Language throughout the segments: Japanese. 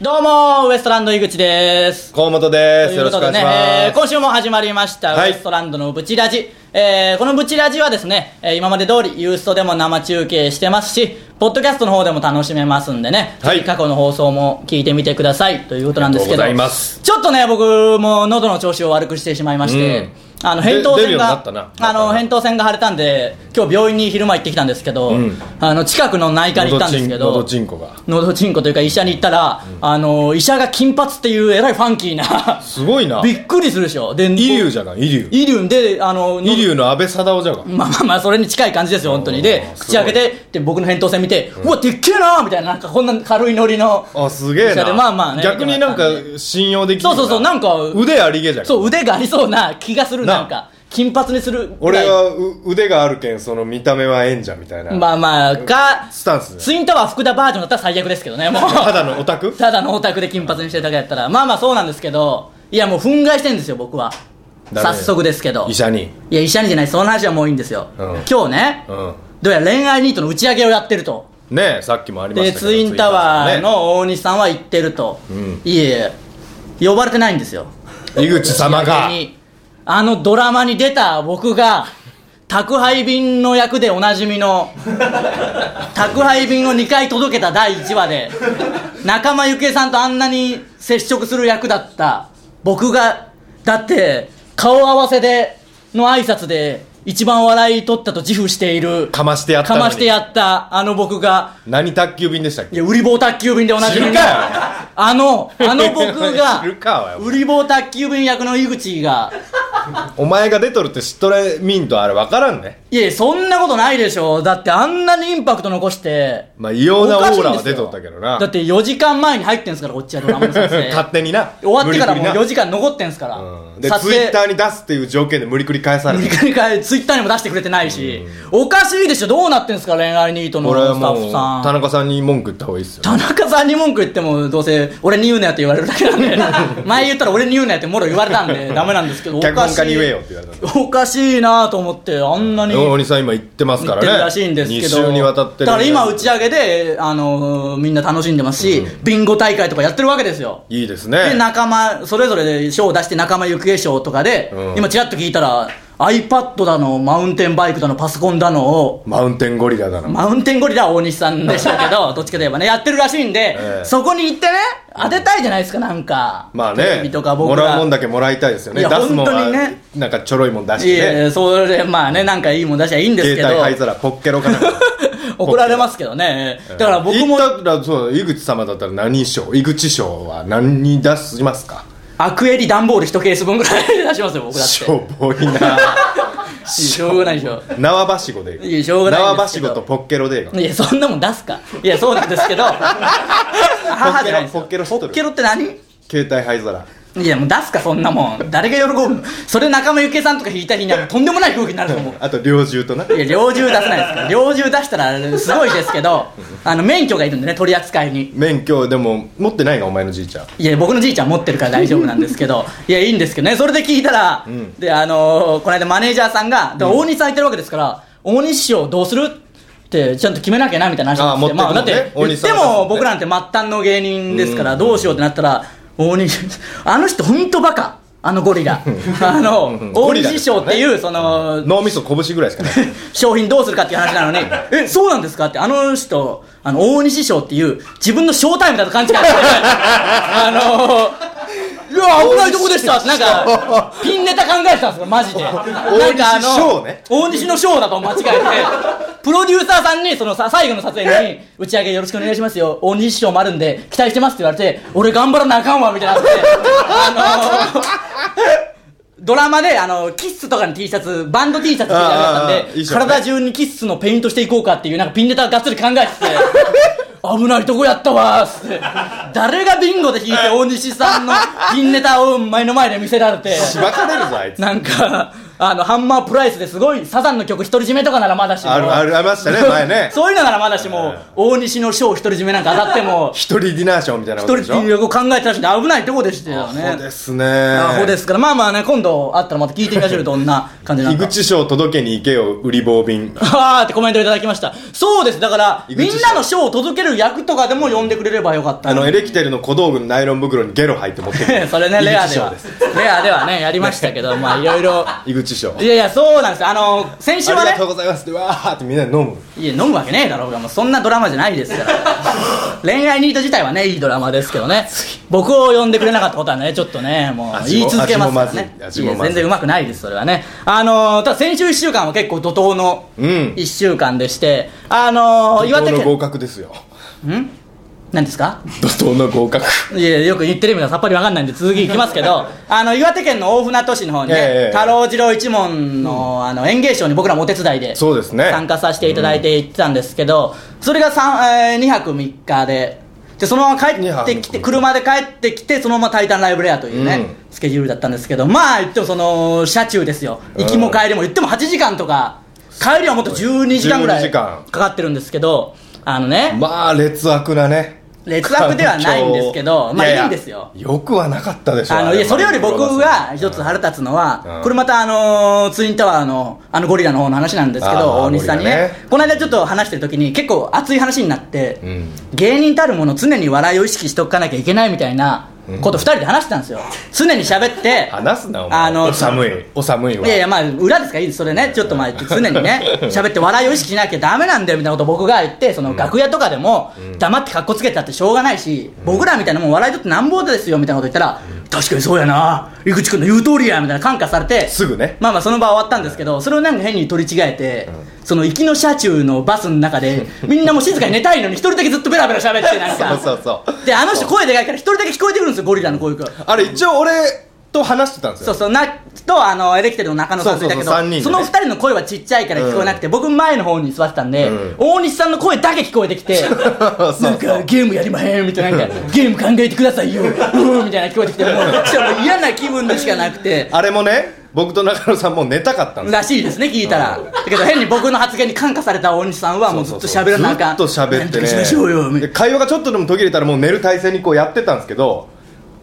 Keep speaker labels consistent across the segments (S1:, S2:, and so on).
S1: どうもウエストランド井口です
S2: 河本で
S1: と
S2: す。
S1: い
S2: よ
S1: う
S2: ろ
S1: こ
S2: しく
S1: と
S2: お
S1: でね、
S2: 願
S1: え
S2: い
S1: ー今
S2: します。
S1: 週も始まりました、
S2: はい
S1: ウエストランドのブチラジ、えーこのブチラジはですね、えー今まで通りユーストでも生中継してますしポッドキャストの方でも楽しめますんでね、
S2: はい
S1: ぜひ過去の放送も聞いてみてくださいということなんですけど
S2: ありがとうございます
S1: ちょっとね僕も喉の調子を悪くしてしまいまして、
S2: うん
S1: あの扁桃
S2: で
S1: 腺
S2: 出るようにな
S1: が
S2: ったな
S1: あの扁桃腺が腫れたんで今日病院に昼間行ってきたんですけど、
S2: ん
S1: あの近くの内科に行ったんですけど
S2: のどちんこが。
S1: のどちんこというか医者に行ったら、あの医者が金髪っていうえらいファンキーな
S2: すごいな。
S1: びっくりするでしょで
S2: イリュウ
S1: じ
S2: じゃない、イリュウ。
S1: イリュウであのの
S2: イリュウの安倍貞夫じゃが。
S1: まあまあまあそれに近い感じですよ本当にで
S2: おー
S1: 口開けてで僕の返答戦見て、うわでっけえなみたいななんかこんな軽いノリの
S2: あ、すげえ
S1: 医者で
S2: な。
S1: まあまあね
S2: 逆になんか信用できる
S1: そうそうそうなんか
S2: 腕ありげじゃん。
S1: そう腕がありそうな気がする
S2: な
S1: なんか金髪にするぐらい
S2: 俺はう腕があるけん、その見た目は縁じゃみたいな。
S1: まあまあか
S2: スタンス。
S1: ツインタワー福田バージョンだったら最悪ですけどねもう
S2: 肌のオタク
S1: ただのオタクで金髪にしてるだけやったらまあまあそうなんですけどいやもう憤慨してんですよ僕は
S2: ダメだ
S1: 早
S2: よ
S1: 速ですけど
S2: 医者に。
S1: いや医者にじゃないその話はもういいんですよ、
S2: うん
S1: 今日ね、
S2: うん。
S1: どうやら恋愛ニートの打ち上げをやってると
S2: ねえ、さっきもありまし
S1: で
S2: たけど。
S1: ツインタワー
S2: ツインタ
S1: の大西さんは行ってると、
S2: ん
S1: いえいえ呼ばれてないんですよ
S2: ーね。井口様が。
S1: にあのドラマに出た僕が宅配便の役でおなじみの宅配便を2回届けた第1話で仲間由紀恵さんとあんなに接触する役だった僕がだって顔合わせでの挨拶で一番笑い取ったと自負している
S2: かましてやった
S1: か
S2: のに。
S1: ましてやったあの僕が
S2: 何宅急便でしたっ
S1: い
S2: け
S1: や売り棒宅急便でおなじみ
S2: 知
S1: の
S2: るか
S1: あのあの僕 が
S2: 知るかおいお前
S1: 売り棒宅急便役の井口が
S2: お前が出とるって知っとれみんとあれ分からんね。
S1: いやそんなことないでしょだってあんなにインパクト残して
S2: まあ、異様なオーラは出と
S1: お
S2: っ
S1: かしい
S2: た
S1: ん
S2: け
S1: ですよ
S2: どな。
S1: だって4時間前に入ってんすからこっちはドラマの撮影
S2: 勝手にな。
S1: 終わってからもう
S2: 無理くりな
S1: 4時間残ってんすから、
S2: うんで、ツイッターに出すっていう条件で無理くり返され
S1: 無理
S2: る。
S1: くり返ツイッターにも出してくれてないし、おかしいでしょどうなってんすか恋愛ニートの
S2: 俺は
S1: スタ
S2: も
S1: ッ
S2: う、
S1: フさん
S2: 田中さんに文句言った方がいいっすよ。
S1: 田中さんに文句言ってもどうせ俺に言うなよって言われるだけなんで 前言ったら俺に言うなよってもろ言われたんでダメなんですけどおかしい
S2: 脚本家に言えよって言われた
S1: おかしいなと思ってあんなに
S2: 大西さん今言ってます
S1: 言っ
S2: から
S1: て
S2: ね。
S1: るらしいんですけど
S2: 2週にわたってる。
S1: だから今打ち上げで、あのーみんな楽しんでますし、ビンゴ大会とかやってるわけですよ
S2: いいです
S1: で
S2: ね。
S1: 仲間それぞれで賞を出して仲間行方賞とかで、
S2: うん
S1: 今ちらっと聞いたら iPad だのマウンテンバイクだのパソコンだのを
S2: マウンテンゴリラだな。
S1: マウンテンゴリラは大西さんでしたけ ど、どっちかといえばね、やってるらしいんで、
S2: ええ
S1: そこに行ってね、当てたいじゃないですか、なんか。
S2: まあ
S1: テレ
S2: ね
S1: ビとか、僕
S2: も
S1: ら。
S2: らうもんだけもらいたいですよ
S1: い
S2: ね。
S1: や
S2: 出すもん
S1: 本当
S2: は、
S1: にね
S2: なんかちょろいもん出し
S1: いやい
S2: てね。
S1: やそれで、まあね、なんかいいもん出しゃいいんですけ
S2: 携
S1: ど、
S2: 帯灰皿、ポッケロかなんか。
S1: 怒られますけどね。 だから僕も、
S2: 言ったら、そうだ、井口様だったら何賞井口賞は何に出しますか
S1: アクエリ段ボール一ケース分ぐらい出しますよ、僕だっ。
S2: してょぼいな
S1: しょうがないでしょ。
S2: 縄ばしごで
S1: いやしょうがない
S2: 縄
S1: んで
S2: ば
S1: すけ
S2: し
S1: ど
S2: ごとポッケロで
S1: いや、そんなもん出すか。いや、そうなんですけど。母じゃないですよ
S2: ポッケロ知っとる
S1: ポッケロって何
S2: 携帯灰皿
S1: いや、もう出すか、そんなもん。誰が喜ぶのそれ仲間由紀恵さんとか引いた日にはもうとんでもない空気になると思う。
S2: あと猟銃とない
S1: や、猟銃出さないですから。猟銃出したらすごいですけど、あの、免許がいるんでね、取り扱いに。
S2: 免許でも持ってないがお前のじいちゃん
S1: いや、僕のじいちゃん持ってるから大丈夫なんですけ ど、いや、いいんですけどね、それで聞いたら、で、あのーこの間マネージャーさんが、だから大西さんいてるわけですから、大西師匠どうするって、ちゃんと決めなきゃな、みたいな話なんですけど、
S2: あ
S1: ま
S2: ー
S1: あ、だ
S2: 持っ
S1: って
S2: くのね
S1: て、言って
S2: 大西さん
S1: も
S2: が
S1: 僕なんて末端の芸人ですから、どうしようってなったら、大西、あの人ほんとバカ。あのゴリ ラ。あの、
S2: ゴ
S1: 大
S2: リラ
S1: 西
S2: で
S1: 師
S2: すから
S1: 匠っ
S2: ね
S1: ていう、その、
S2: 脳みそ拳ぐらいしかない
S1: 商品どうするかっていう話なのに、え、そうなんですかって、あの人、あの、大西賞っていう、自分のショータイムだと勘違いして、あのー、いや、危ないとこでしたって、なんか、ピンネタ考えてたんですよ、マジで。なんかあ
S2: 大西賞
S1: の
S2: ね、
S1: 大西の賞だと間違えて、プロデューサーさんに、そのさ、最後の撮影に、打ち上げよろしくお願いしますよ、大西賞もあるんで、期待してますって言われて、俺頑張らなあかんわ、みたいになって、あのー、ドラマで、あの、キッスとかの T シャツ、バンド T シャツみたいなの
S2: あーあ
S1: や
S2: ーあ
S1: ったん
S2: ーい
S1: で、
S2: いじゃんね
S1: 体中にキッスのペイントしていこうかっていう、なんかピンネタがっつり考え てて、危ないとこやったわーっつって、誰がビンゴで弾いて大西さんのピンネタを前の前で見せられて、
S2: しばかれるぞあいつ
S1: なんか、あのハンマープライスですごいサザンの曲独り占めとかならまだしも
S2: あるあるありましたね 前ね
S1: そういうのならまだしも大西の賞独り占めなんか当たっても
S2: 一人ディナーショーみたいな
S1: 一
S2: こと
S1: 人
S2: で
S1: っ
S2: してょ
S1: いうのを考えてらしいんで危ないとこでしたよ
S2: そう
S1: ね
S2: ですね
S1: アホですすからまあまあね今度会ったらまた聞いてみましょうよどんな感じな
S2: 井
S1: のか
S2: 口賞届けに行けよ売り棒便
S1: あーってコメントいただきましたそうですだから
S2: 井
S1: み
S2: 口
S1: んなの賞を届ける役とかでも呼んでくれればよかった
S2: あのエレキテルの小道具のナイロン袋にゲロ入って持ってくる
S1: それねレアで
S2: 井口賞
S1: は
S2: す
S1: レアではねやりましたけどまあいろいろ
S2: 井口賞あ
S1: いやいやそうなんですよあの先
S2: り
S1: 週は
S2: が
S1: ね
S2: とうございますでわーってみんなで飲む
S1: いや飲むわけねえだろうがもうそんなドラマじゃないですから恋愛ニート自体はねいいドラマですけどね僕を呼んでくれなかったことはねちょっとねもう
S2: 味
S1: 言
S2: も
S1: い続けますからね
S2: 味もまずい味もまずい
S1: や全然うまくないですそれはねあのー、ただ先週1週間は結構怒涛の
S2: うん
S1: 1週間でして、あのー、
S2: 怒
S1: 岩手
S2: 涛の
S1: 県
S2: 合格ですよ
S1: ん何ですか
S2: 怒涛の合格
S1: いやよく言ってる意味がさっぱりわかんないんで続きいきますけ どあの岩手県の大船渡市の方にね、
S2: ええええ
S1: 太郎次郎一門の,、あの演芸賞に僕らもお手伝いで
S2: そうですね
S1: 参加させていただいて行ってたんですけど、それが三え2泊3日ででそのまま帰
S2: 二
S1: っ
S2: 泊
S1: て
S2: 三
S1: き
S2: 日
S1: て車で帰ってきてそのまま「タイタンライブレア」というね、
S2: うん
S1: スケジュールだったんですけどまあ言ってもその車中ですよ行きも帰りも言っても8時間とか帰りはもっと12時間ぐら
S2: 12
S1: い
S2: 時間
S1: かかってるんですけどあのね
S2: まあ劣悪なね
S1: 劣悪ではないんですけどまあいいんですよ
S2: よくはなかったでしょ
S1: あのいやそれより僕が一つ
S2: る
S1: 腹立つのは、
S2: うん
S1: これまたあのーツインタワーのあのゴリラの方の話なんですけ
S2: あー
S1: ど大西さんにね
S2: ゴリラね
S1: この間ちょっと話してる時に結構熱い話になって、
S2: うん
S1: 芸人たるもの常に笑いを意識しておかなきゃいけないみたいなこと2人で話してたんですよ、常に喋って
S2: 話すなお前
S1: あの
S2: お寒いお寒いはい
S1: やいやまあ裏ですからいいですそれねちょっと前常に ね喋って笑いを意識しなきゃダメなんだよみたいなことを僕が言ってその楽屋とかでも黙ってかっこつけてたってしょうがないし僕らみたいなもん笑いとってなんぼですよみたいなこと言ったら確かにそうやな井口君の言う通りやみたいな感化されて
S2: すぐね
S1: まあまあその場は終わったんですけどそれをなんか変に取り違えてその行きの車中のバスの中 でみんなもう静かに寝たいのに一人だけずっとベラベラ喋ってなんか
S2: そうそうそう
S1: であの人声でかいから一人だけ聞こえてくるんですよゴリラの声が
S2: あれ一応俺と話してたんですよ
S1: そうそうなとあのエレキテルの中野さんといたけど
S2: そうそうそう三人でね
S1: その二人の声はちっちゃいから聞こえなくて、僕前の方に座ってたんで、
S2: うん
S1: 大西さんの声だけ聞こえてきて
S2: そうそう
S1: なんかゲームやりまへんみたいななんかゲーム考えてくださいようーみたいな聞こえてきてもうちょっと嫌な気分でしかなくて
S2: あれもね僕と中野さんもう寝たかったんですよ
S1: らしいですね聞いたらだけど変に僕の発言に感化された大西さんはもうずっと喋らなあかん
S2: ずっと喋っ
S1: な
S2: て
S1: んとかしましょうよみたい
S2: ねで
S1: な
S2: 会話がちょっとでも途切れたらもう寝る体勢にこうやってたんですけど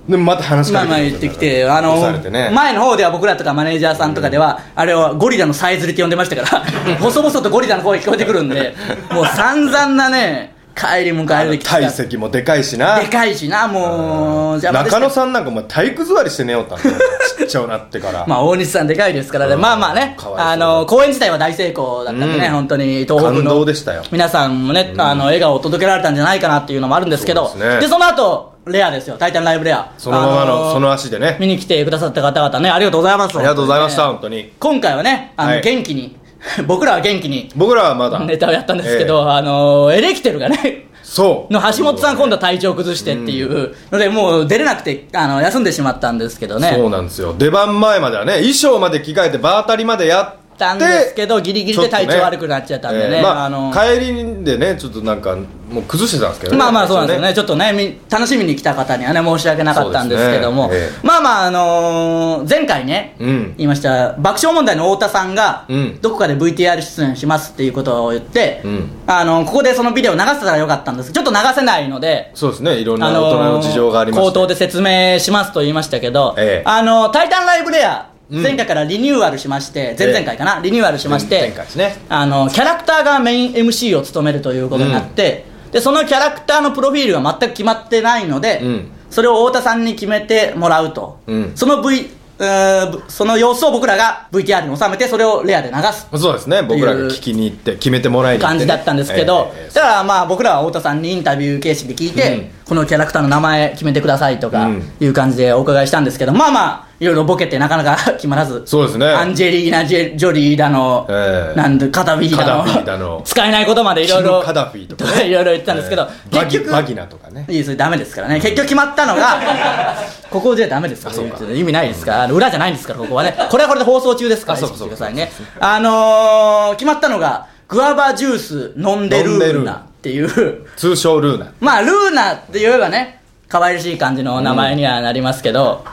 S2: でもまた話し
S1: ま
S2: か
S1: あ
S2: け
S1: まあ言
S2: てくる
S1: ってきて、あの
S2: 押されて、ね
S1: 前の方では僕らとかマネージャーさんとかでは、あれはゴリラのさえずりって呼んでました から、細々とゴリラの声聞こえてくるんで、もう散々なね、帰りも帰りで来た
S2: 体積もでかいしな
S1: でかいしな、もう、邪魔でし
S2: 中
S1: た
S2: 野さんなんかお前体育座りして寝ようったんだよちっちゃくなってから
S1: まあ大西さんでかいですからね、
S2: うん
S1: まあまあね
S2: かわいそう
S1: あの公演自体は大成功だったんでね、
S2: うん
S1: 本当に東北
S2: 感
S1: の
S2: 動でしたよ
S1: 皆さんもね、あの笑顔を届けられたんじゃないかなっていうのもあるんですけど
S2: そうですね
S1: その後レアですよ「タイタンライブレア」
S2: そのままの
S1: あー
S2: その足でね
S1: 見に来てくださった方々ねありがとうございます
S2: ありがとうございました
S1: 本
S2: 本当に
S1: 当に今回はねあの、
S2: はい
S1: 元気に 僕らは元気に
S2: 僕らはまだ
S1: ネタをやったんですけど、あのエレキテルがね
S2: そう
S1: の橋本さん今度は体調崩してっていうのでもう出れなくてあの休んでしまったんですけどね
S2: そうなんですよ出番前まではね衣装まで着替えて場当たりまでやって
S1: たんですけどギリギリで体調悪くなっちゃったんでね
S2: ちょっとええまあ
S1: あの
S2: 帰りでねちょっとなんかもう崩してたんですけどね
S1: まあまあそうなんですよね、ちょっとね、み楽しみに来た方にはね、申し訳なかったんですけども、
S2: そうですねえ
S1: まあまあ、あのー前回ね、
S2: うん
S1: 言いました、爆笑問題の太田さんが、
S2: うん
S1: どこかで VTR 出演しますっていうことを言って、
S2: うん
S1: あのここでそのビデオ流せたらよかったんですけど、ちょっと流せないので、
S2: そうですねいろんな
S1: あ
S2: 大
S1: の
S2: 人の事情がありまして
S1: 口頭で説明しますと言いましたけど、
S2: ええ
S1: あのタイタンライブレア、
S2: うん
S1: 前回からリニューアルしまして、前々回かな、リニューアルしまして、
S2: 前回ですね
S1: あのキャラクターがメイン MC を務めるということになって、でそのキャラクターのプロフィールが全く決まってないので、
S2: うん
S1: それを太田さんに決めてもらうと、
S2: うん
S1: その V うーその様子を僕らが VTR に収めてそれをレアで流す
S2: そうですね僕らが聞きに行って決めてもらいに行って
S1: 感
S2: ね、
S1: じだったんですけど、
S2: ええええ
S1: だからまあ僕らは太田さんにインタビュー形式で聞いて、
S2: うん
S1: このキャラクターの名前決めてくださいとか
S2: うん
S1: いう感じでお伺いしたんですけど、まあまあいろいろボケてなかなか 決まらず
S2: そうですね
S1: アンジェリーナ・ジェジョリーだの、
S2: ええ
S1: なんでカダフィーだの
S2: カダフィだの
S1: 使えないことまでいろい
S2: キ
S1: ろ
S2: ムカダフィと か
S1: いろいろ言ってたんですけど、
S2: ええ
S1: 結局
S2: バギバギナとかね
S1: いいそれダメですからね結局決まったの がここじゃダメですから
S2: そうか
S1: 意味ないですからあの裏じゃないんですからここはねこれはこれで放送中ですから
S2: あ
S1: 意
S2: そうか
S1: 識してくださいねあのー、決まったのがグアバジュース飲んでル
S2: 飲んでル
S1: ー
S2: ー
S1: ナ
S2: ナ
S1: っていう
S2: 通称ルーナ
S1: まあルーナって言えばね可愛らしい感じの名前にはなりますけど、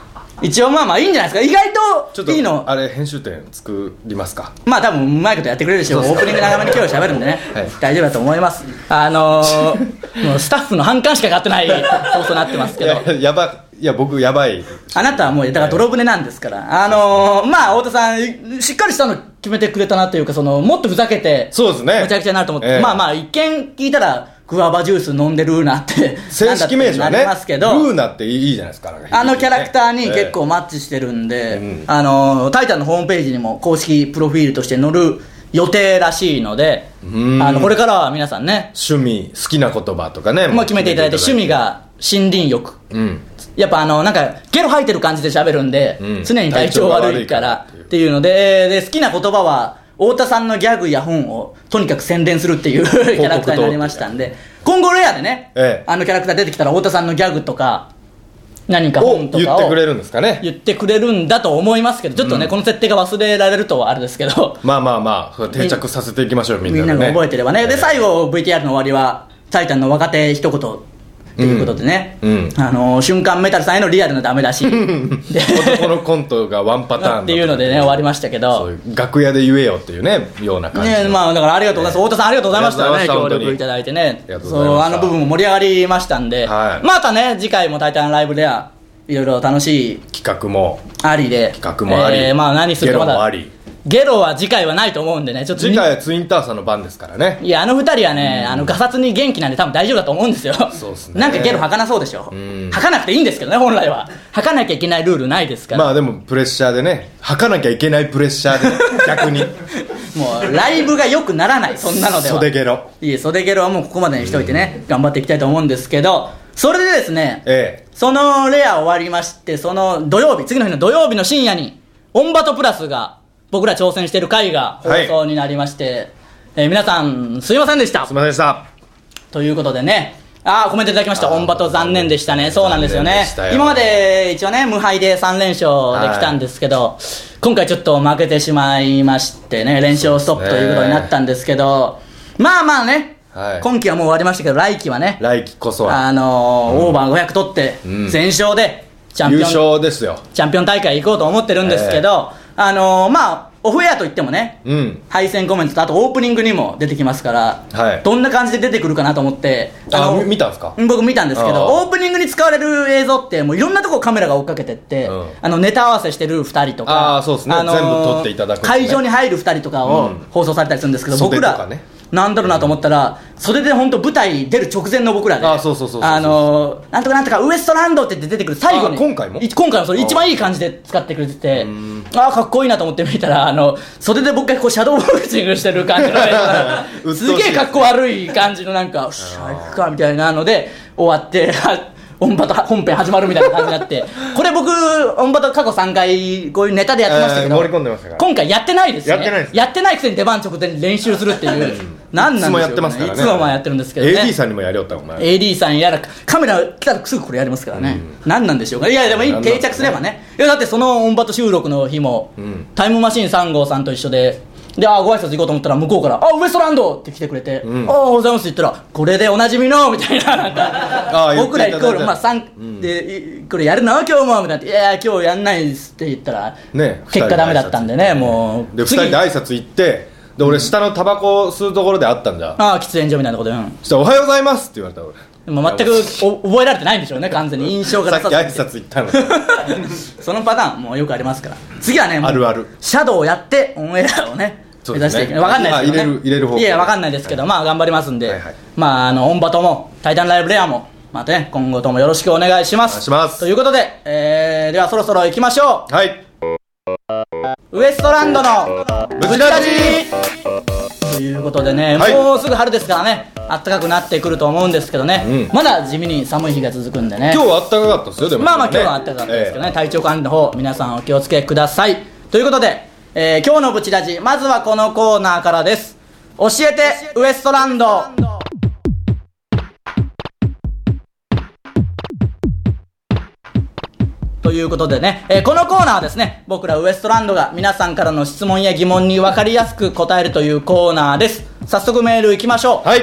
S1: 一応まあまあいいんじゃないですか意
S2: ちょ
S1: 外
S2: っと
S1: といいの
S2: あれ編集点作りますか
S1: まあ多分うまいことやってくれるでしょうオープニング長めに今日喋るんでね、
S2: はい
S1: 大丈夫だと思いますあの ー、もうスタッフの反感しか買ってない放送になってます
S2: い
S1: け ど
S2: ややばいや僕やばい
S1: あなたはもうだから泥船なんですからあのー、まあ太田さんしっかりしたの決めてくれたなというかそのもっとふざけて
S2: そうですね
S1: むちゃくちゃになると思って、
S2: ええ
S1: まあまあ一見聞いたらグアバジュース飲んでるなって
S2: 正式名称
S1: なんだってな
S2: ね
S1: りますけど
S2: ルーナっていいじゃないですかなんか
S1: あのキャラクターに結
S2: え
S1: 構マッチしてるんで、
S2: うん
S1: あのタイタンのホームページにも公式プロフィールとして載る予定らしいので、
S2: うん
S1: あのこれからは皆さんね
S2: え、趣味好きな言葉とかね
S1: もう決めていただいて、趣味が森林浴。
S2: うん
S1: やっぱあの、なんか、ゲロ吐いてる感じで喋るんで、
S2: うん
S1: 常に体調悪いから
S2: 体調が悪いから
S1: っていうので、で、好きな言葉は、太田さんのギャグや本をとにかく宣伝するっていう キャラクターになりましたんで、今後レアでね、
S2: ええ
S1: あのキャラクター出てきたら太田さんのギャグとか、何か
S2: を
S1: 本と
S2: 言
S1: か
S2: って
S1: を
S2: くれるんですかね
S1: 言ってくれるんだと思いますけど、ちょっとね、この設定が忘れられるとはあれですけど、
S2: まあまあまあそれ定着させていきましょ うみん
S1: み
S2: なんで
S1: な
S2: ね
S1: が覚えてればね。
S2: え
S1: で、
S2: え
S1: 最後、VTR の終わりは、タイタンの若手一言っていうことでね、
S2: うんうん
S1: あのー瞬間メタルさんへのリアルなダメ出し、 で
S2: 男のコントがワンパターンだ
S1: っていうのでね、終わりましたけ
S2: そう
S1: ど
S2: い、う楽屋で言えよっていうねような感じの
S1: ねまあ、だからありがとうございます、太田さん、ありがとうございました
S2: あ
S1: ね、
S2: りがと
S1: 協
S2: うございました
S1: 力いただいてね
S2: ありが、とうご
S1: そ
S2: ざいうました
S1: あの部分も盛り上がりましたんで、
S2: はい
S1: またね、次回も「タイタンライブ」では、いろいろ楽しい
S2: 企画も
S1: ありで、
S2: 企画もあり、
S1: えーまあ、何する
S2: ゲ
S1: かま
S2: ロ
S1: だ
S2: もあり
S1: ゲロは次回はないと思うんでね、ちょっと
S2: 次回はツインターさんの番ですからね
S1: いや、あの二人はね、あの、ガサツに元気なんで多分大丈夫だと思うんですよ。
S2: そうっすね
S1: なんかゲロ吐かなそうでしょ。
S2: ん
S1: 吐かなくていいんですけどね、本来は。吐かなきゃいけないルールないですから。
S2: まあでもプレッシャーでね吐かなきゃいけないプレッシャ ーで、ね、逆に
S1: もう、ライブが良くならない、そんなのでは。
S2: 袖ゲロ
S1: いえ、袖ゲロはもうここまでにしといてね、頑張っていきたいと思うんですけど、それでですね、
S2: え
S1: そのレア終わりまして、その土曜日、次の日の土曜日の深夜に、オンバトプラスが、僕ら挑戦してる回が放送になりまして、えー皆さん、すいませんでした
S2: えすい。ませんでした
S1: ということでね、ああ、コメントいただきました、
S2: あー
S1: オンバト残念でしたね、
S2: 残
S1: そう
S2: 念
S1: なんですよ
S2: で
S1: ね
S2: した、よ
S1: 今まで一応ね、無敗で3連勝できたんですけど、今回ちょっと負けてしまいましてね、連勝ストップということになったんですけど、まあまあね、
S2: はい
S1: 今期はもう終わりましたけど、来期はね、
S2: 来季こそは
S1: あのーオーバー500取って
S2: うん、
S1: 全勝でチャン
S2: 優
S1: ピオン
S2: 勝ですよ
S1: チャンピオン大会行こうと思ってるんですけど、あのーまあ、オフエアといってもね、
S2: うん
S1: 配線コメントとあとオープニングにも出てきますから、
S2: はい
S1: どんな感じで出てくるかなと思って
S2: あ
S1: の
S2: み見たんすか
S1: う僕見たんですけ
S2: あ
S1: ど
S2: あ
S1: オープニングに使われる映像ってもういろんなとこカメラが追っかけてって、
S2: うん
S1: あのネタ合わせしてる2人とか
S2: ああそうですね全部撮っていただくんですね
S1: 会場に入る2人とか
S2: う
S1: を
S2: ん
S1: 放送されたりするんですけど、
S2: 袖
S1: 僕
S2: と
S1: ら
S2: かね
S1: なんだろうなと思ったら、袖で本当舞台出る直前の僕らで、
S2: ああそうそうそうそうそう
S1: あのーなんとかなんとかウエストランドって出てくる最後に
S2: あ今回も
S1: い今回もそれ一番いい感じで使ってくれててああかっこいいなと思って見たらあの袖で僕がこうシャドーボクシングしてる感 じのね
S2: うっとうしい
S1: すげえかっこ悪い感じのなんかよっしゃ行くかみたいなので終わって あオンバト本編始まるみたいな感じになってこれ僕オンバト過去3回こういうネタでやってましたけど、
S2: えー盛り込んでましたから
S1: 今回やってないですね
S2: やってないです
S1: やってないくせに出番直前に練習するっていう何
S2: い
S1: な
S2: つ
S1: ん
S2: も
S1: でしょうね
S2: やってますからね
S1: いつもまあやってるんですけどね
S2: AD さんにもやりよったお前
S1: AD さんやらカメラ来たらすぐこれやりますからね、何なんでしょうかいやでもいい
S2: 何なん
S1: 定
S2: ですかね
S1: 着すればねいやだってそのオンバト収録の日も、
S2: ん
S1: タイムマシーン3号さんと一緒でであーご挨拶行こうと思ったら向こうから「あウエストランド!」って来てくれて「
S2: ん
S1: ああございます」って言ったら「これでおなじみの」みたいななんか
S2: あー言っ て
S1: 僕らイコー
S2: いただい
S1: ル
S2: た
S1: まあ3でいこれやるの今日も」みたいな「いやいや今日やんないです」って言ったら、
S2: ね
S1: 結果ダメだったんでねもう
S2: で2人で
S1: あ
S2: 挨拶行ってで俺下のタバコ吸うところで会ったんじゃ
S1: あー喫煙所みたいなとこでうん
S2: そしたら「おはようございます」って言われた俺
S1: でも全くお覚えられてないんでしょうね完全に印象が
S2: さ
S1: な
S2: っき
S1: さすぎ
S2: 挨
S1: て
S2: 拶行ったの
S1: そのパターンもよくありますから次はねもう
S2: あるある
S1: シャドウをやってオンエアをね
S2: そ
S1: 目
S2: う
S1: 指
S2: で
S1: し
S2: す
S1: てい
S2: ね
S1: く分かんないですけど、ね、
S2: まあ入れる入れる方向
S1: いや分かんないですけど、まあ頑張りますんで、
S2: はいはい
S1: まああのオンバトも「タイタンライブレアも」またね今後ともよろしくお願いします
S2: お願いします
S1: ということで、えーではそろそろ行きましょ
S2: はい、
S1: うウエストランドの
S2: ブチラジ
S1: ということでね、
S2: はい
S1: もうすぐ春ですからね暖かくなってくると思うんですけどね、
S2: うん
S1: まだ地味に寒い日が続くんでね
S2: 今日はあったかかったですよでも
S1: まあまあ今日はあったかったですけどね、体調管理の方皆さんお気をつけくださいということで、えー今日のブチラジまずはこのコーナーからです教えてウエストランドということでね、えーこのコーナーはですね僕らウエストランドが皆さんからの質問や疑問に分かりやすく答えるというコーナーです早速メールいきましょう、
S2: はい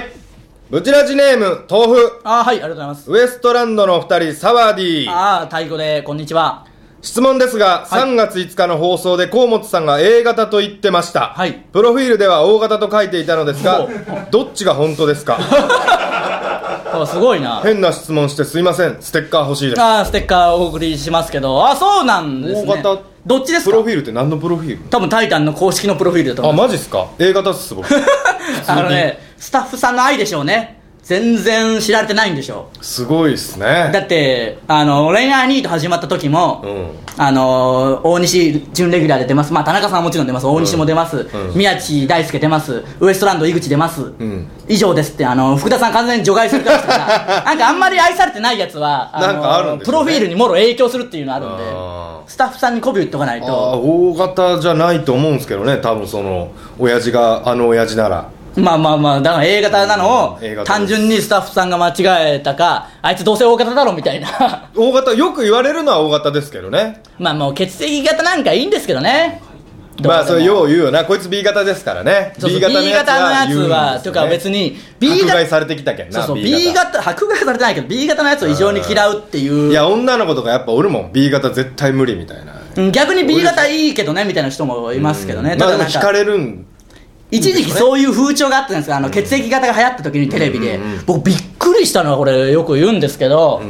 S2: ブチラジネーム豆腐
S1: ああはいありがとうございます
S2: ウエストランドのお二人サワディ
S1: ああ太鼓でこんにちは
S2: 質問ですが、
S1: はい
S2: 3月5日の放送で河本さんが A 型と言ってました、
S1: はい
S2: プロフィールでは O 型と書いていたのですが
S1: ほ
S2: どっちが本当で すか
S1: あすごいな
S2: 変な質問してすいませんステッカー欲しいです
S1: あーステッカーお送りしますけどあそうなんですね
S2: O 型
S1: どっちです
S2: プ
S1: か
S2: ロフィールって何のプロフィール
S1: 多分タイタンの公式のプロフィールだと思
S2: あ
S1: う
S2: マジっすか A 型っす僕
S1: あのねスタッフさんの愛でしょうね全然知られてないんでしょ
S2: すごいっす
S1: うだ
S2: ね
S1: ってあの恋愛ニート始まった時も、
S2: うん
S1: あのー大西準レギュラーで出ます、まあ、田中さんはもちろん出ます大西も出ます、
S2: うん
S1: 宮地大輔出ますウエストランド井口出ます、
S2: ん
S1: 以上ですってあの福田さん完全に除外するからした からなんかあんまり愛されてないやつはのー
S2: なんかあるんです
S1: プ
S2: よね
S1: ロフィールにもろ影響するっていうのあるん
S2: あ
S1: でスタッフさんに媚び言っとかない
S2: ああ
S1: と
S2: O 型じゃないと思うんですけどね多分その親父があの親父なら
S1: まあまあまあだから A 型なのを
S2: A 型
S1: 単
S2: です
S1: 純にスタッフさんが間違えたかあいつどうせ O 型だろみたいな
S2: O 型よく言われるのは O 型ですけどね
S1: まあもう血液型なんかいいんですけどね
S2: まあそれよ
S1: う
S2: う言うよなこいつ B 型ですからね
S1: そうそう B 型のやつは,、とか別に B
S2: 迫害
S1: 型
S2: されてきたけん
S1: そ
S2: な
S1: うそう B 型迫害されてないけど B 型のやつを異常に嫌うっていう
S2: いや女の子とかやっぱおるもん B 型絶対無理みたいな
S1: うん逆に B 型いいけどねみたいな人もいますけどね、
S2: うん
S1: た
S2: ま
S1: だ
S2: あでも
S1: なん
S2: 惹か
S1: か
S2: れるん
S1: 一時期そういう風潮があったんですがあの血液型が流行った時にテレビで、僕びっくりしたのはこれよく言うんですけど、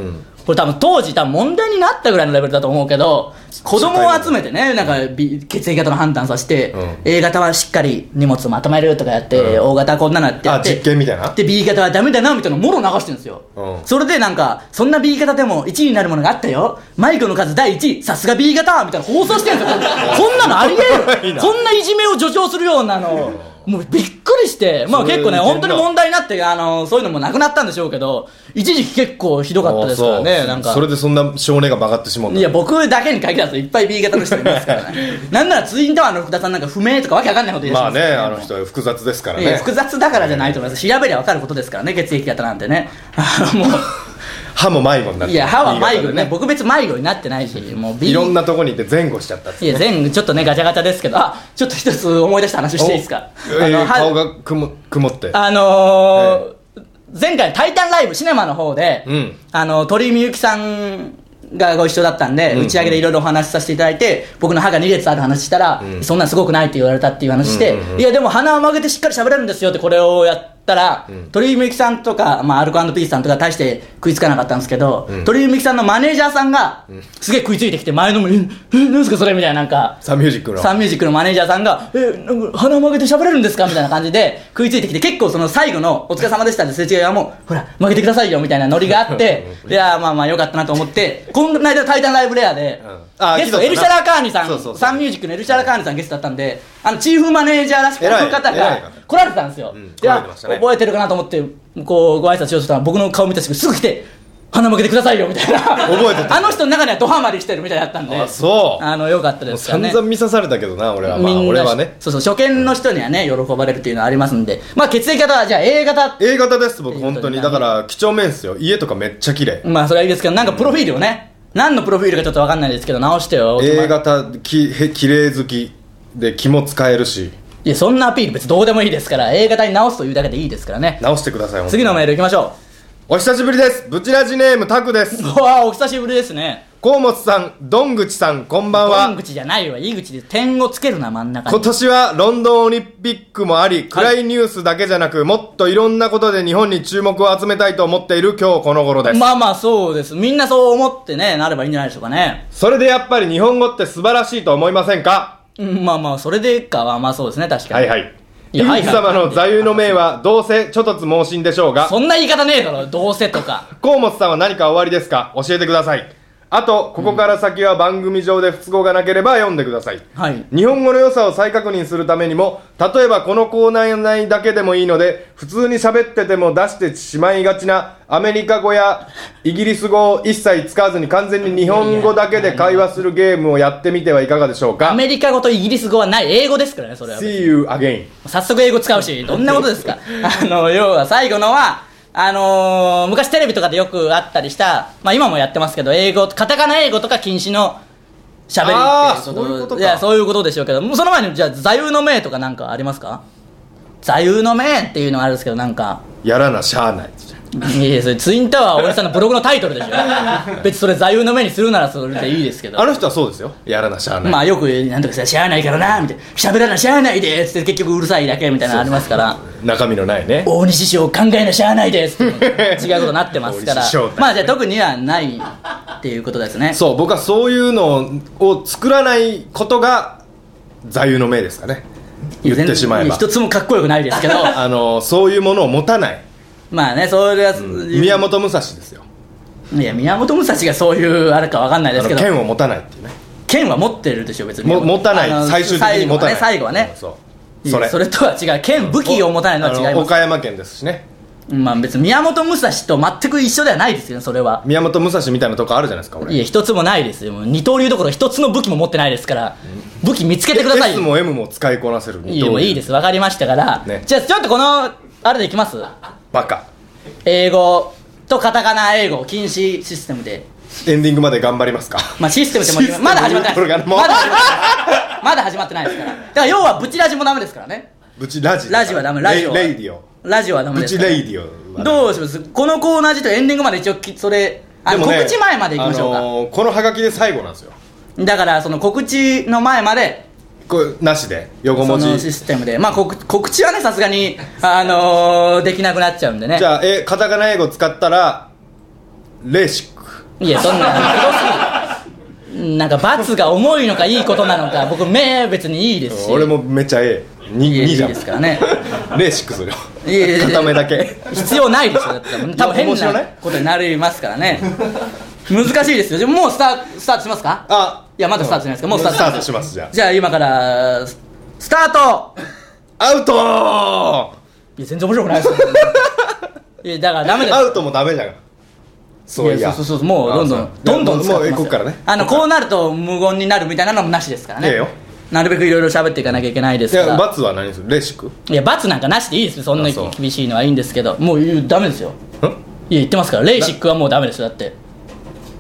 S1: これ多分当時多分問題になったぐらいのレベルだと思うけど子供を集めてねなんか B 血液型の判断させて、
S2: うん
S1: A 型はしっかり荷物まとめるとかやって、
S2: うん
S1: O 型はこんなのやってや
S2: あ
S1: って
S2: 実験みたいな
S1: で B 型はダメだなみたいなのもろ流してるんですよ、
S2: うん
S1: それでなんかそんな B 型でも1位になるものがあったよマイクの数第1位さすが B 型みたいな放送してるんですよこんなのありえ
S2: い
S1: る
S2: な
S1: こんないじめを助長するようなのもうびっくりしてまあ
S2: それ
S1: 結構ね
S2: 全然
S1: 本当に問題になってあのそういうのもなくなったんでしょうけど一時期結構ひどかったですから
S2: あ
S1: ね
S2: そう
S1: なんか
S2: それでそんな少年が曲がってしまうんだ
S1: いや僕だけに限らずいっぱい B 型の人いますから ねなんならツインタワーの福田さんなんか不明とかわけわかんないこと言い出し
S2: まあ
S1: ます
S2: ね
S1: から
S2: あの人は複雑ですから
S1: いや
S2: ね
S1: 複雑だからじゃないと思います調べりゃ分かることですからね血液型なんてねあのも
S2: 歯も迷子になっ
S1: う
S2: て
S1: いや歯は迷子
S2: B 型で
S1: ね僕別迷子になってないしもう B
S2: いろんなとこにいて前後しちゃったっつって
S1: いや全部ちょっとねガチャガチャですけどあちょっと一つ思い出した話していいですか
S2: おえー
S1: のは
S2: 顔が曇曇って
S1: あのー前回「タイタンライブ」シネマの方で、
S2: うん
S1: あの鳥居みゆきさんがご一緒だったんで、
S2: うん
S1: 打ち上げでいろいろお話しさせていただいて僕の歯が2列ある話したら、
S2: うん
S1: そんなんすごくないって言われたっていう話して、
S2: うんうんうん
S1: いやでも鼻を曲げてしっかり喋れるんですよってこれをやったら、
S2: ん
S1: 鳥居みゆきさんとか、まあ、アルコピースさんとか大して食いつかなかったんですけど、鳥居みゆきさんのマネージャーさんが、すげえ食いついてきて前のめり「ええ何すかそれ」みたいななんか
S2: サンミュージックの
S1: サンミュージックのマネージャーさんが「えなんか鼻曲げて喋れるんですか?」みたいな感じで食いついてきて結構その最後の「お疲れ様でした」ってすれ違いはもう「ほら曲げてくださいよ」みたいなノリがあっていやーまあまあよかったなと思ってこの間の「タイタンライブレアで」
S2: うんあー
S1: ゲスト
S2: 聞い
S1: エ
S2: と
S1: ル
S2: った
S1: シ
S2: な
S1: ャラカーニさん
S2: そうそうそう
S1: サンミュージックのエルシャラカーニさんゲストだったんであのチーフマネージャーらしくこ
S2: 偉い
S1: の方
S2: 偉い
S1: が
S2: 方
S1: 来られてたんですよ、
S2: ん
S1: で
S2: 来ら
S1: あ
S2: れてましたね
S1: 覚えてるかなと思ってこうご挨拶しようとしたら僕の顔見た瞬間すぐ来て「鼻曲げてくださいよ」みたいな
S2: 覚えてた
S1: あの人の中にはドハマりしてるみたいだったんで
S2: あそう
S1: あのよかったで
S2: もう
S1: すから
S2: 散
S1: ね
S2: 々見さされたけどな俺はまあ
S1: みんな
S2: 俺はね
S1: そうそう初見の人にはね喜ばれるっていうのはありますんでまあ血液型はじゃあ A 型
S2: A 型です僕
S1: A
S2: 本当に
S1: 型
S2: だ
S1: にな
S2: か
S1: る
S2: ら几帳面っすよ家とかめっちゃ綺麗
S1: まあそれはいいですけどなんかプロフィールをね、何のプロフィールかちょっと分かんないですけど直してよ
S2: A 型きへ綺麗好きで気も使えるし
S1: いやそんなアピール別にどうでもいいですから A 型に直すというだけでいいですからね
S2: 直してください本当に
S1: 次のメールいきましょ
S2: お久しぶりですブチラジネームタクです
S1: ううわあお久しぶりですね
S2: 河本さんどんぐちさんこんばん
S1: どん
S2: は
S1: 口じゃないわ井口で点をつけるな真ん中に
S2: 今年はロンドンオリンピックもあり、暗いニュースだけじゃなく、もっといろんなことで日本に注目を集めたいと思っている今日この頃です。
S1: まあまあそうですみんなそう思ってねなればいいんじゃないでしょうかね
S2: それでやっぱり日本語って素晴らしいと思いませんか
S1: うんまあまあそれでかはまあそうですね確か
S2: は
S1: に
S2: いはい。
S1: い
S2: 井
S1: や
S2: 口様の座右の銘は、どうせ、ちょとつ盲信でしょうが、
S1: そんな言い方ねえだろどうせとか
S2: 河本さんは何か終わりですか教えてください。あと、ここから先は番組上で不都合がなければ読んでください。
S1: はい
S2: 日本語の良さを再確認するためにも例えばこのコーナー内だけでもいいので普通に喋ってても出してしまいがちなアメリカ語やイギリス語を一切使わずに完全に日本語だけで会話するゲームをやってみてはいかがでしょう
S1: ア
S2: か
S1: メリカ語とイギリス語はない英語ですからねそれは
S2: See you again
S1: 早速英語使うしどんなことですかあの要は最後のは あのー昔テレビとかでよくあったりした、まあ、今もやってますけど英語カタカナ英語とか禁止のしゃべり
S2: あ
S1: っ
S2: ー
S1: て
S2: そういうことか
S1: やそういうことでしょうけどもうその前にじゃあ座右の銘とかなんかありますか座右の銘っていうのはあるんですけどなんか
S2: やらなしゃあない
S1: いいですよツインタワーは俺さんのブログのタイトルでしょ別にそれ座右の目にするならそれでいいですけど
S2: あの人はそうですよやらなしゃあない、
S1: まあよくなんとかさしゃあないからなみたいな喋らなしゃあないですって結局うるさいだけみたいなのありますから
S2: 中身のないね
S1: 大西師匠考えなしゃあないですって 違うことになってますから
S2: 大西師匠だ
S1: まあじゃあ特にはないっていうことですね
S2: そう僕はそういうのを作らないことが座右の銘ですかね言ってしまえば
S1: 一つもかっこよくないです けど
S2: あのそういうものを持たない
S1: まあねそれは、
S2: 宮本武蔵ですよ
S1: いや宮本武蔵がそういうあれかわかんないで
S2: あ
S1: す
S2: の
S1: けど
S2: 剣を持たないっていうね
S1: 剣は持ってるでしょ別に
S2: も持たない
S1: あの
S2: 最終的に持たない
S1: 最後はね最後はね
S2: そうそれ
S1: それとは違う剣武器を持たないのは違
S2: あ
S1: い
S2: の
S1: ます
S2: 岡山県ですしね
S1: まあ別に宮本武蔵と全く一緒ではないですよねそれは
S2: 宮本武蔵みたいなとこあるじゃないですか俺
S1: いや一つもないですよもう二刀流どころ一つの武器も持ってないですから武器見つけてください
S2: S
S1: よ
S2: も M も使いこなせる
S1: いいよもういいですす分かりましたから、
S2: ね
S1: じゃあちょっとこのあれでいきます
S2: バカ
S1: 英語とカタカナ英語禁止システムで
S2: エンディングまで頑張りますか
S1: まあシステムでも
S2: システム
S1: まだ始まってない
S2: これから
S1: です
S2: もう
S1: まだ始まってないまだ始まってないですからだから要はブチラジもダメですからね
S2: ブチラジ
S1: ラジはダメラジオは
S2: レレイディオ
S1: ラジオはダメ
S2: ブ
S1: です
S2: チ
S1: から
S2: レイディオはね
S1: どうしますこのコーナー自体エンディングまで一応きそれあ
S2: で
S1: の
S2: もね
S1: 告知前までいきましょうか、
S2: あのーこのハガキで最後なんですよ
S1: だからその告知の前まで
S2: これなしで
S1: そ
S2: 横文
S1: の
S2: 字
S1: システムでまあ告告知はねさすがにあのー、できなくなっちゃうんでね
S2: じゃあえカタカナ英語使ったらレーシック
S1: いやそんなひどすぎるなんか罰が重いのかいいことなのか僕目別にいいですし
S2: 俺もめちゃええ
S1: いい
S2: 2じゃん
S1: いいですからね
S2: レーシックするよ
S1: いやいやいや
S2: 片目だけ
S1: 必要ないですよだって多分変
S2: 面白
S1: ないことになりますからね難しいですよじゃあもうスタートスタートしますか
S2: あ
S1: いやまだスタートじゃないですかもうスタート
S2: スタートしますじゃ
S1: じゃあ今からススタート
S2: あアウト
S1: いや全然面白くないですよいやだからダメです
S2: アウトもダメじゃんそうい
S1: いや
S2: や
S1: そうそうそうもうどんど
S2: あ
S1: ん
S2: そう
S1: どんどん
S2: い
S1: 使
S2: や
S1: っ
S2: もう
S1: てま
S2: え
S1: す
S2: こ
S1: よ
S2: っからね
S1: あのこうなると無言になるみたいなのもなしですからね
S2: ええよ
S1: なるべくいろいろ喋っていかなきゃいけないで
S2: い
S1: すから
S2: や罰は何するレーシック
S1: いや罰なんかなしでいいですよそんな
S2: あそう
S1: 厳しいのはいいんですけどもういやダメですよ
S2: ん
S1: いや言ってますからレーシックはもうダメですよだって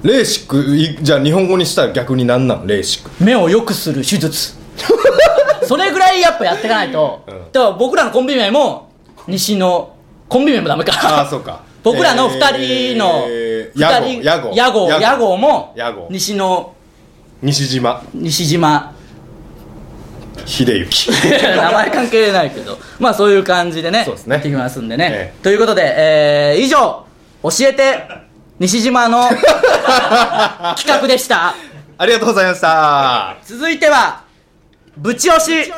S2: レーシックいじゃあ日本語にしたら逆になんなんレーシック
S1: 目を良くする手 術それぐらいやっぱやっていかないと、
S2: うん
S1: だから僕らのコンビ名も西のコンビ名もダメか
S2: ああそうか
S1: 僕らの
S2: えー
S1: 2人の
S2: えー
S1: 二人
S2: 屋号
S1: 屋号
S2: 屋号
S1: 屋号も
S2: 屋号
S1: 西の
S2: 西島
S1: 西島
S2: 秀幸
S1: 名前関係ないけどまあそういう感じでね
S2: そうですね
S1: やってきますんでね、
S2: ええ
S1: ということで、えー以上教えて西島 の企画でした
S2: ありがとうござい ました
S1: 続いてはぶち押し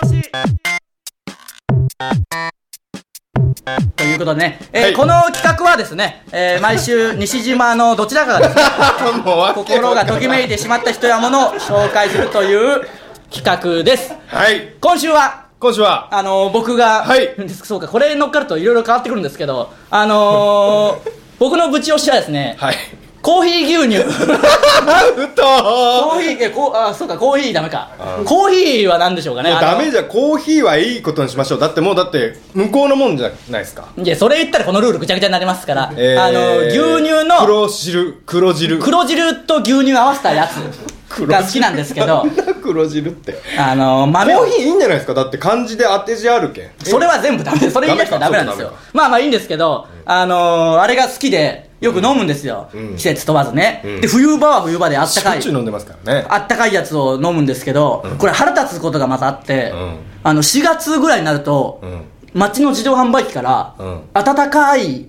S1: ということでね、えー
S2: はい
S1: この企画はですね、えー毎週西島のどちらかがです ね
S2: もうわけ
S1: 心がときめいてしまった人やものを紹介するという企画です
S2: はい
S1: 今週は
S2: 今週は
S1: あのー僕が、
S2: はい
S1: そうかこれに乗っかるといろいろ変わってくるんですけどあの ー僕のぶち押しはですね、
S2: はい
S1: コーヒー牛乳
S2: アウト
S1: コーヒーえこうあそうかコーヒーダメか
S2: あー
S1: コーヒーは何でしょうかね
S2: いや
S1: あの
S2: ダメじゃんコーヒーはいいことにしましょうだってもうだって向こうのもんじゃないですか
S1: いやそれ言ったらこのルールぐちゃぐちゃになりますから、
S2: えー
S1: あの牛乳の
S2: 黒汁黒汁
S1: 黒汁と牛乳合わせたやつが好きなんですけど
S2: なんだ黒汁って
S1: あの
S2: コ
S1: 豆を
S2: ーヒーいいんじゃないですかだって漢字で当て字あるけん
S1: それは全部ダメそれ言い出したらダメなんです
S2: ダ
S1: よ
S2: メか
S1: まあまあいいんですけど、あのー、あれが好きでよく飲むんですよ、
S2: うん
S1: 季節問わずね、
S2: うん
S1: で冬場は冬場であったか
S2: しょっ
S1: い
S2: ちゅう飲んでますからね
S1: あったかいやつを飲むんですけど、これ腹立つことがまたあって、
S2: うん
S1: あの4月ぐらいになると、
S2: うん
S1: 街の自動販売機から、
S2: うん
S1: 温かい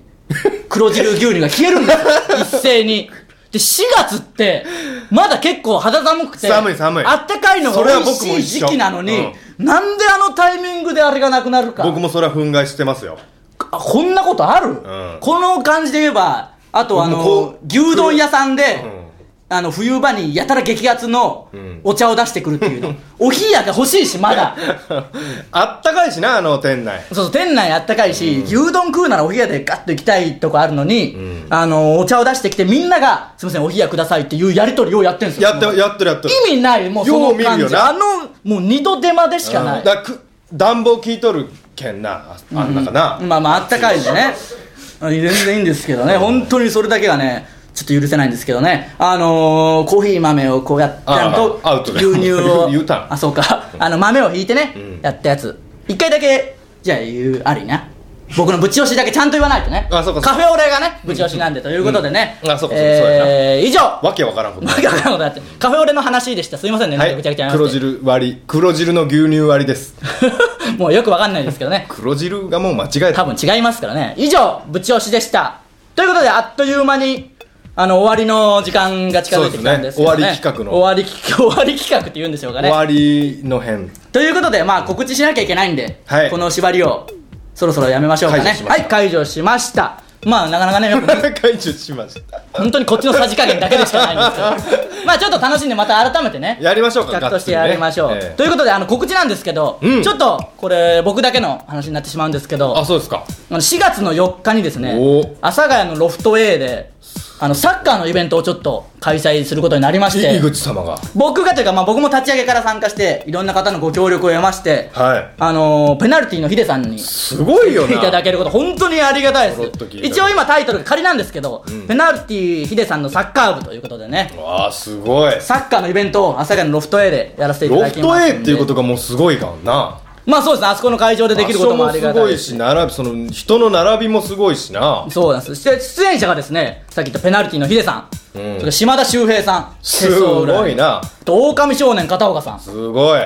S1: 黒汁牛乳が消えるんです よ一斉にで4月ってまだ結構肌寒くて
S2: 寒い寒い
S1: あったかいの
S2: そ
S1: が
S2: れは
S1: 美味
S2: 僕も
S1: しい
S2: 一緒
S1: 時期なのに、なんであのタイミングであれがなくなるか
S2: 僕もそれは憤慨してますよ
S1: あこんなことある、
S2: ん
S1: この感じで言えばあとあ
S2: 僕もこ
S1: の
S2: う
S1: 牛丼屋さんで、
S2: うん
S1: あの冬場にやたら激アツの
S2: ん
S1: お茶を出してくるっていうの、お冷やが欲しいしま だ
S2: あったかいしなあの店内
S1: そうそう店内あったかいし、牛丼食うならお冷やでガッと行きたいとこあるのに、あのお茶を出してきてみんなが「すいませんお冷やください」っていうやり取りをやってるんですよ
S2: やってやってるやってる
S1: 意味ないもうそ
S2: よ
S1: の
S2: う見る
S1: 感
S2: よ
S1: じ
S2: な
S1: あのもう二度手間でしかない、
S2: うんだく暖房効いとるけんなああんなかな、
S1: まあまああったかいんでねあ全然いいんですけどね本当にそれだけがねちょっと許せないんですけどねあのーコーヒー豆をこうやって
S2: あ
S1: やると
S2: あアウトだ
S1: 牛乳を
S2: 言うたん
S1: あそうかあの豆をひいてね、
S2: ん
S1: やったやつ一回だけじゃあ言うありな僕のブチ押しだけちゃんと言わないとね
S2: あそうかそうか
S1: カフェオレがねブチ押しなんでということでね、
S2: うんあそうかそうかそうやな
S1: えー、以上わ
S2: わけわからんこと
S1: けわからんことだってカフェオレの話でしたすいませんね、
S2: は
S1: なんかぐちゃぐちゃ
S2: い
S1: になり
S2: 黒
S1: まして
S2: 汁割り黒汁の牛乳割りです
S1: もうよくわかんないですけどね
S2: 黒汁がもう間違え
S1: 多
S2: た
S1: 分違いますからね以上ブチ押しでしたということであっという間にあの終わりの時間が近づいてきたんですけど、ね
S2: そうですね終わり企画の
S1: 終わり企 終わり企画って言うんでしょうか
S2: 終
S1: ね
S2: わりの辺
S1: ということでまあ告知しなきゃいけないんで、
S2: はい
S1: この縛りをそろそろやめましょうかね
S2: 解除しまし
S1: は
S2: た
S1: い解除しましたまあなかなかねよ く
S2: 解除しました
S1: 本当にこっちのさじ加減だけでしかないんです けどまあちょっと楽しんでまた改めてね
S2: やりましょうか
S1: 企画としてやりましょう、
S2: がっつりねええ
S1: ということであの告知なんですけど、
S2: うん
S1: ちょっとこれ僕だけの話になってしまうんですけど
S2: あそうですか
S1: あの4月の4日にですね
S2: お
S1: 阿佐ヶ谷のロフト A であのサッカーのイベントをちょっと開催することになりまし
S2: 井
S1: て
S2: 口様が
S1: 僕がというか、まあ、僕も立ち上げから参加していろんな方のご協力を得まして、
S2: はい
S1: あのーペナルティのヒデさんに
S2: すごいよ
S1: 来てい
S2: な
S1: ただけること本当にありがたい
S2: そろっと聞い
S1: です
S2: た
S1: 一応今タイトルが仮なんですけど、ペナルティヒデさんのサッカー部ということでね
S2: わあすごい
S1: サッカーのイベントを阿佐ヶ谷のロフト A でやらせていた
S2: ロ
S1: だ
S2: フ
S1: きま
S2: ト
S1: す
S2: A っていうことがもうすごいからな
S1: まあそうですねあそこの会場でできることもありがたい
S2: 場所もすごいし並びその人の並びもすごいしな
S1: そうなんです。して出演者がですね、さっき言ったペナルティのヒデさん、
S2: うん
S1: それ島田秀平さん、
S2: すごい
S1: な。
S2: な
S1: と、狼少年片岡さん、
S2: すごい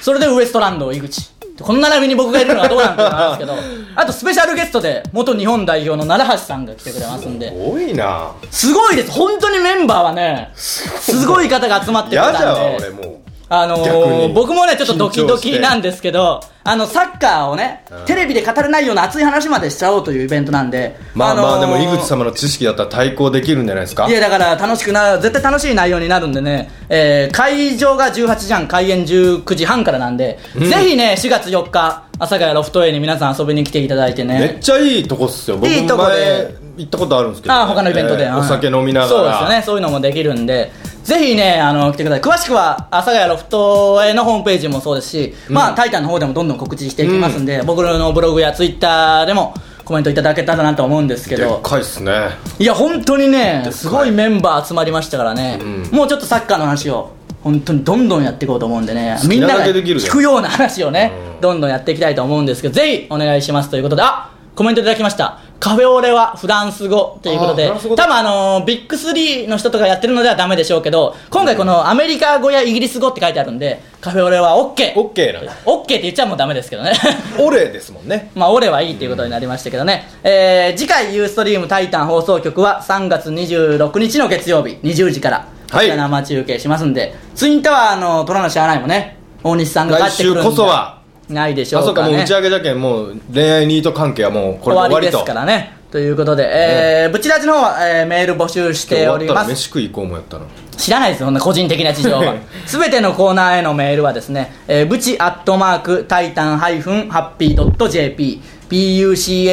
S1: それでウエストランド井口。こんな並びに僕がいるのはどうなんだろうなんです けど、あとスペシャルゲストで元日本代表の奈良橋さんが来てくれますん
S2: す
S1: で、
S2: ごいな
S1: すごいです。本当にメンバーはね、すごい方が集まってくれ
S2: 嫌じゃわ
S1: たん
S2: 俺
S1: で。
S2: もう
S1: あの
S2: 逆
S1: ー、
S2: に
S1: 僕もね、ちょっとドキド
S2: 緊張し
S1: キ
S2: て
S1: なんですけど、あの、サッカーをね、テレビで語れないような熱い話までしちゃおうというイベントなんで、
S2: まあま
S1: の
S2: あで
S1: ー
S2: も井口様の知識だったら対抗できるんじゃないですか
S1: いやだから楽しくな絶対楽しい内容になるんでね、えー会場が18時半開演19時半からなんで、ぜひね4月4日阿佐ヶ谷ロフト A に皆さん遊びに来ていただいて
S2: めっ
S1: ね
S2: ちゃいいとこっすよ僕
S1: いいとこで
S2: 前行ったことあるんですけど
S1: ああ他のイベントで、
S2: えー
S1: うん
S2: お酒飲みながら
S1: そうですよねそういうのもできるんでぜひねあの来てください詳しくは阿佐ヶ谷ロフト A のホームページもそうですし、まあタイタンの方でもどんどん告知していきますんで、僕らのブログやツイッターでもコメントいただけたらなと思うんですけ
S2: で
S1: ど
S2: っかいっすね
S1: いや本当にねすごいメンバー集まりましたからね、もうちょっとサッカーの話を本当にどんどんやっていこうと思うんでね
S2: 好
S1: み
S2: き
S1: ん
S2: な
S1: な
S2: だ
S1: が
S2: けできるじ
S1: 聞
S2: ゃん
S1: くような話をね、どんどんやっていきたいと思うんですけどぜひお願いしますということであコメントいただきましたカフェオレはフランス語ということ
S2: あー
S1: で
S2: フランス語
S1: 多分あのービッグ3の人とかやってるのではダメでしょうけど今回このアメリカ語やイギリス語って書いてあるんでカフェオレは OK
S2: オッケーなの
S1: オッケーって言っちゃもうダメですけどね
S2: オレですもんね
S1: まあ、俺はいいということになりましたけどね、えー次回ユーストリームタイタン放送局は3月26日の月曜日20時から、
S2: はい
S1: こちら生中継しますんでツインタワーの虎の支払いもね大西さんが帰ってくるんで
S2: 来週こそは
S1: ないでし
S2: あ
S1: ょ
S2: そううか
S1: か
S2: もう打
S1: ね
S2: ち上げじゃけんもう恋愛ニート関係はもうこれで
S1: 終
S2: 終
S1: わ
S2: わ
S1: り
S2: り
S1: で
S2: と
S1: すからねということで、えーブチラジの方は、えーメール募集して
S2: 終わ
S1: お
S2: っ
S1: り
S2: た
S1: ま
S2: ら
S1: す
S2: 飯食い行こうもやったら
S1: 知らないですよそんな個人的な事情 は全てのコーナーへのメールはですね、えー、ブチアットマークタイタンハイフンハッピードット JP buchi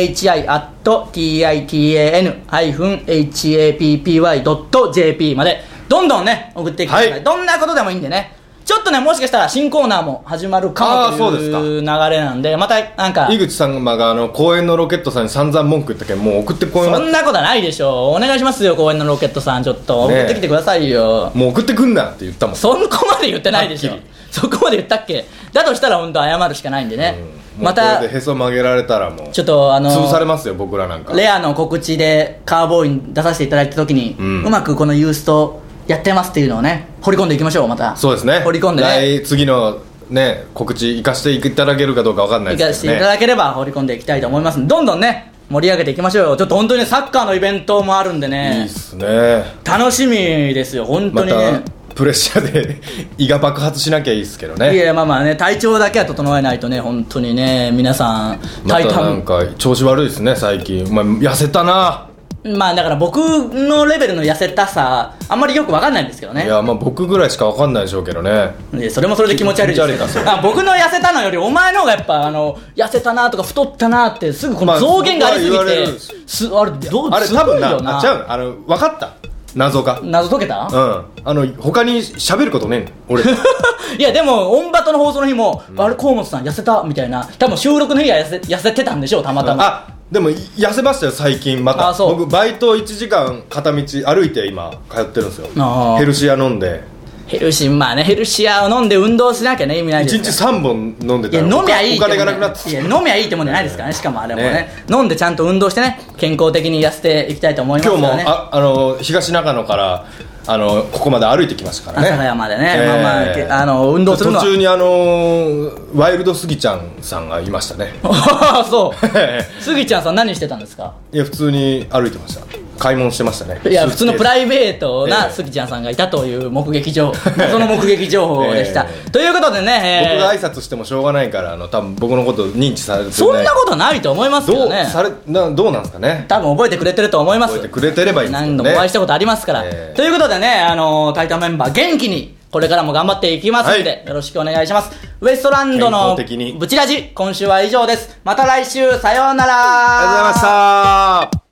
S1: アット titan ハイフン happy ドット JP までどんどんね送ってきてください、
S2: はい
S1: どんなことでもいいんでねちょっとねもしかしたら新コーナーも始まるかも
S2: あー
S1: とい
S2: そう
S1: う流れなんでまたなんか
S2: 井口様があの公園のロケットさんに散々文句言ったけんもう送ってこい
S1: そ
S2: なん
S1: なことはないでしょうお願いしますよ公園のロケットさんちょっと送
S2: ねえ
S1: ってきてくださいよ
S2: もう送ってくんなって言ったもん
S1: そんこまで言ってないでしょ
S2: はっきり
S1: そこまで言ったっけだとしたら本当謝るしかないんでね、
S2: も
S1: ま
S2: うこれ
S1: た
S2: でへそ曲げられたらもう
S1: ちょっとあの
S2: 潰されますよ僕らなんか
S1: レアの告知でカーボーイに出させていただいた時に、う
S2: うん
S1: まくこのユーストやってますっていうのをね掘り込んでいきましょうまた
S2: そうですね
S1: 掘り込んでね
S2: 来次のね告知生かしていただけるかどうかわかんない
S1: いか
S2: で
S1: し
S2: す
S1: て
S2: け
S1: い
S2: ど
S1: た
S2: ね
S1: だければ掘り込んでいきたいと思いますんでどんどんね盛り上げていきましょうよちょっと本当にねサッカーのイベントもあるんで
S2: いい
S1: ね
S2: っすね
S1: 楽しみですよ本当
S2: ま
S1: にね、
S2: たプレッシャーで胃が爆発しなきゃいいっすけど
S1: い
S2: ね
S1: やまあまあね体調だけは整えないとね本当にね皆さん
S2: ま
S1: 体
S2: たな
S1: 感
S2: んか調子悪いですね最近お前痩せたな
S1: まあだから僕のレベルの痩せたさあんまりよくわかんないんですけど
S2: い
S1: ね
S2: やまあ僕ぐらいしかわかんないでしょうけどね
S1: でそれもそれで気持ち悪い
S2: 気持ち悪いか
S1: です
S2: そ
S1: け
S2: れ
S1: どあ僕の痩せたのよりお前の方がやっぱあの痩せたなとか太ったなってすぐこの
S2: まあ
S1: 増減がありすぎ
S2: 僕は言
S1: て
S2: われるんです
S1: すあれどう
S2: あれ
S1: すごい
S2: 多分な
S1: よな
S2: あちゃうあの分かった謎がうん
S1: 謎解けた
S2: あの他に喋ることねえの俺
S1: いやでもオンバトの放送の日もあれ河本さん痩せたみたいな多分収録の日は痩せ痩せてたんでしょうたまたま
S2: あでも痩せましたよ最近また
S1: あそう
S2: 僕バイト1時間片道歩いて今通ってるんですよ
S1: あー
S2: ヘルシア飲んで
S1: ヘルシーまあねヘルシアを飲んで運動しなきゃね意味ないで
S2: 1
S1: す
S2: 日
S1: から
S2: 3本飲んで
S1: い
S2: た
S1: や
S2: ら
S1: 飲みゃいいって
S2: お
S1: もん
S2: 金
S1: じ
S2: が
S1: ゃ
S2: なくなって
S1: いや飲みゃいいってもんじゃないですからねしかもあれもね
S2: ね
S1: 飲んでちゃんと運動してね健康的に痩せていきたいと思います
S2: 今
S1: か
S2: 日も
S1: らね
S2: ああの東中野からあのここまで歩いてきましたからね
S1: 阿佐ヶ谷までね
S2: ええ
S1: まあまあけあの運動するのは
S2: 途中にあのワイルドスギちゃんさんがいましたね
S1: ああそう スギちゃんさん何してたんですか
S2: いや普通に歩いてました買い物してましたね
S1: いや普通のプ
S2: イ
S1: ライベート
S2: え
S1: な
S2: え
S1: スギちゃんさんがいたという目撃情報その目撃情報でした、
S2: え
S1: ということでね、えー
S2: 僕が挨拶してもしょうがないからあの多分僕のこと認知されて
S1: そんなことないと思いますけ
S2: ど
S1: ど
S2: う
S1: ね
S2: されなどうなんですかね
S1: 多分覚えてくれてると思います
S2: 覚えてくれてればいいですけどね
S1: 何度もお会いしたことありますから、
S2: ええ
S1: ということでね、あのー、タイタンメンバー元気にこれからも頑張っていきますんで、
S2: はい
S1: よろしくお願いしますウエストランドの
S2: 健康的に
S1: ブチラジ今週は以上ですまた来週さようなら
S2: ありがとうございました